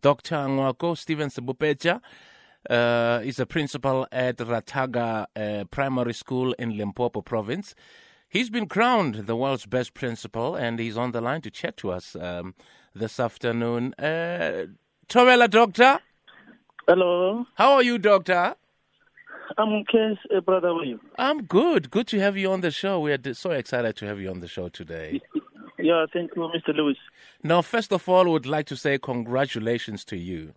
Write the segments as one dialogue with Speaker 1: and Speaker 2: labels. Speaker 1: Dr. Nwako Steven Sebupecha uh, is a principal at Rataga uh, Primary School in Limpopo Province. He's been crowned the world's best principal, and he's on the line to chat to us um, this afternoon. Uh, Tobela, Doctor.
Speaker 2: Hello,
Speaker 1: How are you, Doctor?
Speaker 2: I'm Kes, uh, brother. How are you?
Speaker 1: I'm good. Good to have you on the show. We are d- so excited to have you on the show today.
Speaker 2: Yeah, thank you, Mr. Lewis.
Speaker 1: Now, first of all, would like to say congratulations to you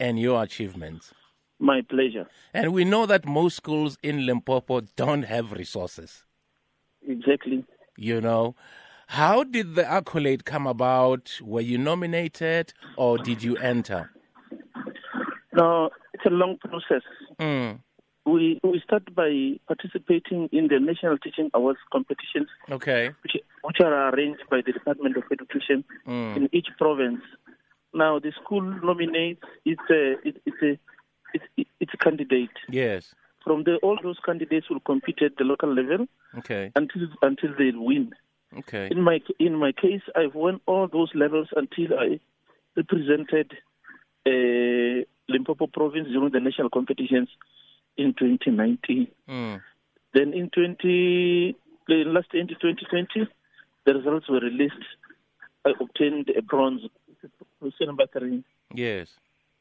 Speaker 1: and your achievements.
Speaker 2: My pleasure.
Speaker 1: And we know that most schools in Limpopo don't have resources.
Speaker 2: Exactly.
Speaker 1: You know, how did the accolade come about? Were you nominated or did you enter?
Speaker 2: Now, it's a long process.
Speaker 1: Mm,
Speaker 2: We we start by participating in the National Teaching Awards competitions,
Speaker 1: okay.
Speaker 2: which, which are arranged by the Department of Education
Speaker 1: Hmm. Mm.
Speaker 2: in each province. Now, the school nominates its uh, it, it's a its, its candidate.
Speaker 1: Yes.
Speaker 2: From there, all those candidates will compete at the local level
Speaker 1: Okay.
Speaker 2: until until they win.
Speaker 1: Okay.
Speaker 2: In my in my case, I've won all those levels until I represented uh, Limpopo Province during the national competitions in 2019.
Speaker 1: Mm,
Speaker 2: Then in 20 the last year, 2020, the results were released. I obtained a bronze. Hussein Bakari.
Speaker 1: yes.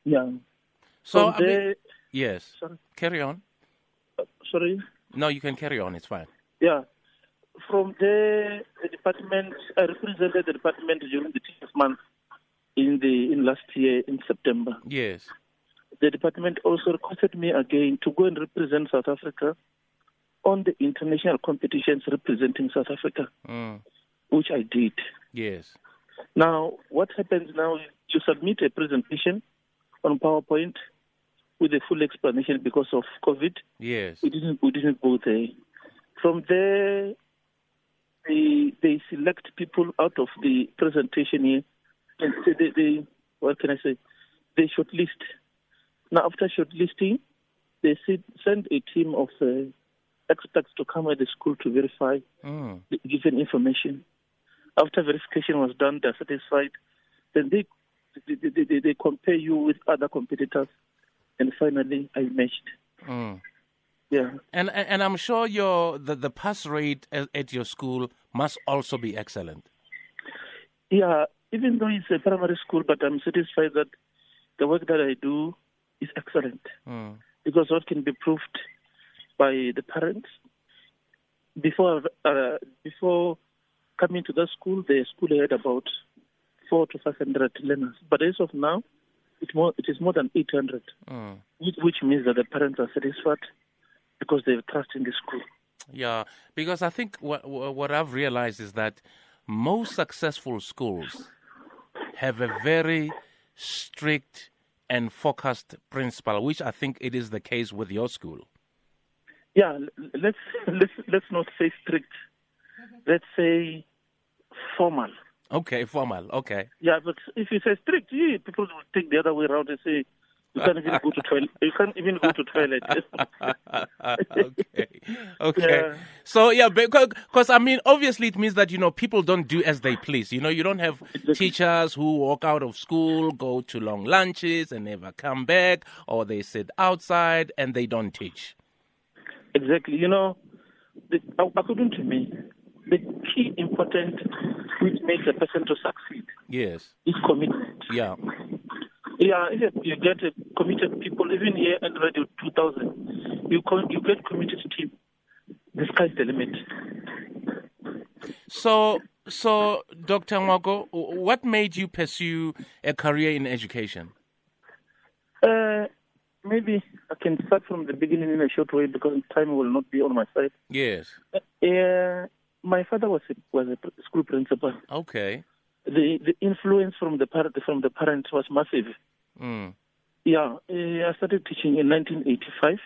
Speaker 2: Yeah.
Speaker 1: So,
Speaker 2: From
Speaker 1: I mean,
Speaker 2: there-
Speaker 1: yes.
Speaker 2: sorry,
Speaker 1: Carry on.
Speaker 2: sorry.
Speaker 1: No, you can carry on. It's fine.
Speaker 2: Yeah. From there, the department, I represented the department during the 10th month in the in last year in September.
Speaker 1: Yes.
Speaker 2: The department also requested me again to go and represent South Africa on the international competitions representing South Africa,
Speaker 1: Mm,
Speaker 2: which I did.
Speaker 1: yes.
Speaker 2: Now, what happens now is you submit a presentation on PowerPoint with a full explanation because of COVID.
Speaker 1: Yes.
Speaker 2: We didn't, we didn't go there. From there, they, they select people out of the presentation here, and so they, they what can I say? They shortlist. Now, after shortlisting, they sit, send a team of uh, experts to come at the school to verify
Speaker 1: Mm,
Speaker 2: the given information. After verification was done, they're satisfied. Then they they, they, they, they compare you with other competitors, and finally, I matched.
Speaker 1: mm.
Speaker 2: Yeah.
Speaker 1: And and and I'm sure your the, the pass rate at, at your school must also be excellent.
Speaker 2: Yeah, even though it's a primary school, but I'm satisfied that the work that I do is excellent
Speaker 1: Mm.
Speaker 2: because what can be proved by the parents before uh, before coming to the school, the school had about four to five hundred learners, but as of now, it more it is more than eight hundred,
Speaker 1: Mm.
Speaker 2: which which means that the parents are satisfied because they have trust in the school.
Speaker 1: Yeah, because I think what what what I've realized is that most successful schools have a very strict and focused principal, which I think it is the case with your school.
Speaker 2: Yeah, l- let's let's let's not say strict. Let's say formal.
Speaker 1: Okay, formal. Okay.
Speaker 2: Yeah, but if you say strict, yeah, people will take the other way around and say you can't even go to toilet. You can't even go to toilet.
Speaker 1: Uh, okay. Okay.
Speaker 2: Yeah.
Speaker 1: So yeah, because I mean, obviously, it means that you know people don't do as they please. You know, you don't have teachers who walk out of school, go to long lunches, and never come back, or they sit outside and they don't teach.
Speaker 2: exactly. You know, the, according to me, the key important which makes a person to succeed
Speaker 1: Yes.
Speaker 2: is commitment.
Speaker 1: Yeah.
Speaker 2: Yeah, if you get a committed people, even here at Radio 2000, you con- you get committed team. The sky's the limit.
Speaker 1: So, so Dr. Mwako, what made you pursue a career in education?
Speaker 2: Uh, maybe I can start from the beginning in a short way because time will not be on my side.
Speaker 1: Yes.
Speaker 2: Uh, my father was a, was a pr- school principal.
Speaker 1: Okay.
Speaker 2: The the influence from the parent from the parents was massive.
Speaker 1: Mm.
Speaker 2: Yeah, uh, I started teaching in 1985.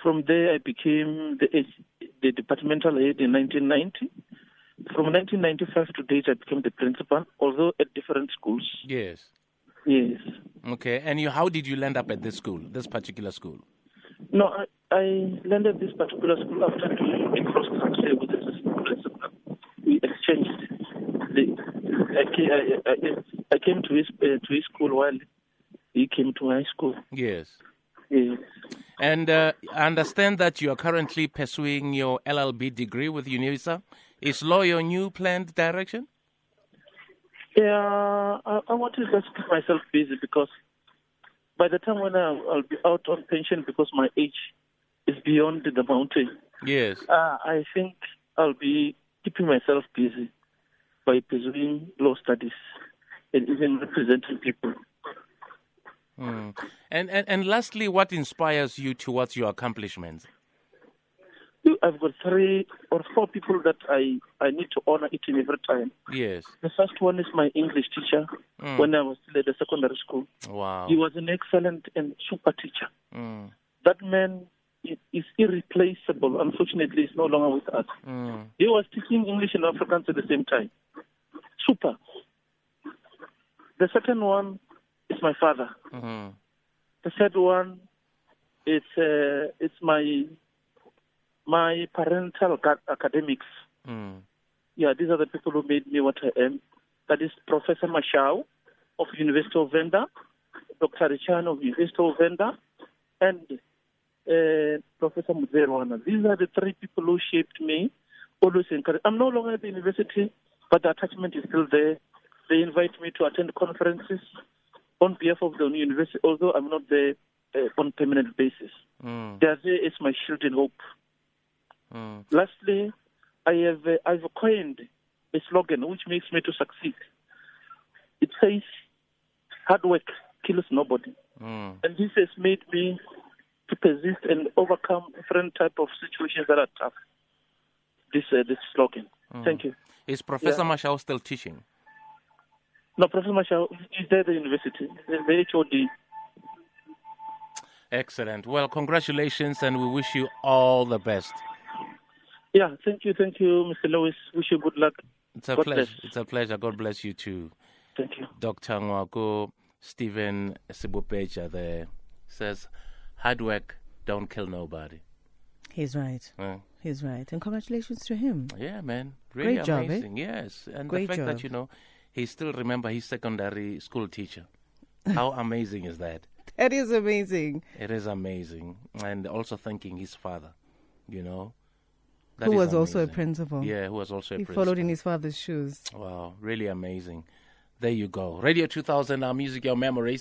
Speaker 2: From there, I became the H- the departmental head in 1990. From 1995 to date, I became the principal, although at different schools.
Speaker 1: Yes.
Speaker 2: Yes.
Speaker 1: Okay. And you, how did you land up at this school, this particular school?
Speaker 2: No, I, I landed this particular school after doing a cross country with the principal. We exchanged the I, ca- I, I, I came to his uh, to his school while he came to high school.
Speaker 1: Yes.
Speaker 2: Yes.
Speaker 1: And uh, I understand that you are currently pursuing your LLB degree with UNISA. Is law your new planned direction?
Speaker 2: Yeah, I, I want to just keep myself busy because by the time when I'll, I'll be out on pension because my age is beyond the mountain,
Speaker 1: Yes.
Speaker 2: uh, I think I'll be keeping myself busy by pursuing law studies and even representing people.
Speaker 1: Mm. And, and and lastly, what inspires you towards your accomplishments?
Speaker 2: I've got three or four people that I, I need to honor each and every time.
Speaker 1: Yes.
Speaker 2: The first one is my English teacher
Speaker 1: Mm.
Speaker 2: when I was still at the secondary school.
Speaker 1: Wow.
Speaker 2: He was an excellent and super teacher.
Speaker 1: Mm.
Speaker 2: That man i- is irreplaceable. Unfortunately, he's no longer with us.
Speaker 1: Mm.
Speaker 2: He was teaching English and Afrikaans at the same time. Super. The second one is my father.
Speaker 1: Mm.
Speaker 2: The third one is uh, it's my my parental ca- academics.
Speaker 1: Mm.
Speaker 2: Yeah, these are the people who made me what I am. That is Professor Mashau of University of Venda, Dr. Richan of University of Venda, and uh, Professor Muzerwana. These are the three people who shaped me. Always encourage. I'm no longer at the university, but the attachment is still there. They invite me to attend conferences on behalf of the university, although I'm not there uh, on permanent basis.
Speaker 1: Mm.
Speaker 2: They are there as my shield and hope.
Speaker 1: Mm.
Speaker 2: Lastly, I have uh, I've coined a slogan which makes me to succeed. It says, "Hard work kills nobody,"
Speaker 1: Mm.
Speaker 2: and this has made me to persist and overcome different type of situations that are tough. This uh, this slogan. Thank you.
Speaker 1: Is Professor Mashao still teaching?
Speaker 2: No, Professor Mashao is there at the university, the the HOD.
Speaker 1: Excellent. Well, congratulations, and we wish you all the best.
Speaker 2: Yeah, thank you, thank you, Mr. Lewis. Wish you good luck.
Speaker 1: It's a
Speaker 2: God
Speaker 1: pleasure.
Speaker 2: bless.
Speaker 1: It's a pleasure. God bless you too.
Speaker 2: Thank you.
Speaker 1: Dr. Nwako Stephen Sibupeja there says, hard work don't kill nobody.
Speaker 3: He's right.
Speaker 1: Uh,
Speaker 3: He's right. And congratulations to him.
Speaker 1: yeah, man. Really
Speaker 3: Great job, eh?
Speaker 1: amazing. Yes. And the
Speaker 3: Great
Speaker 1: fact that,
Speaker 3: job.
Speaker 1: you know, he still remember his secondary school teacher. How amazing is that?
Speaker 3: That is amazing.
Speaker 1: It is amazing. And also thanking his father, you know. That
Speaker 3: Who
Speaker 1: is
Speaker 3: was also a
Speaker 1: amazing.
Speaker 3: principal.
Speaker 1: Yeah, who was also a
Speaker 3: He
Speaker 1: principal.
Speaker 3: followed in his father's shoes.
Speaker 1: Wow, really amazing. There you go. Radio 2000, our music, your memories.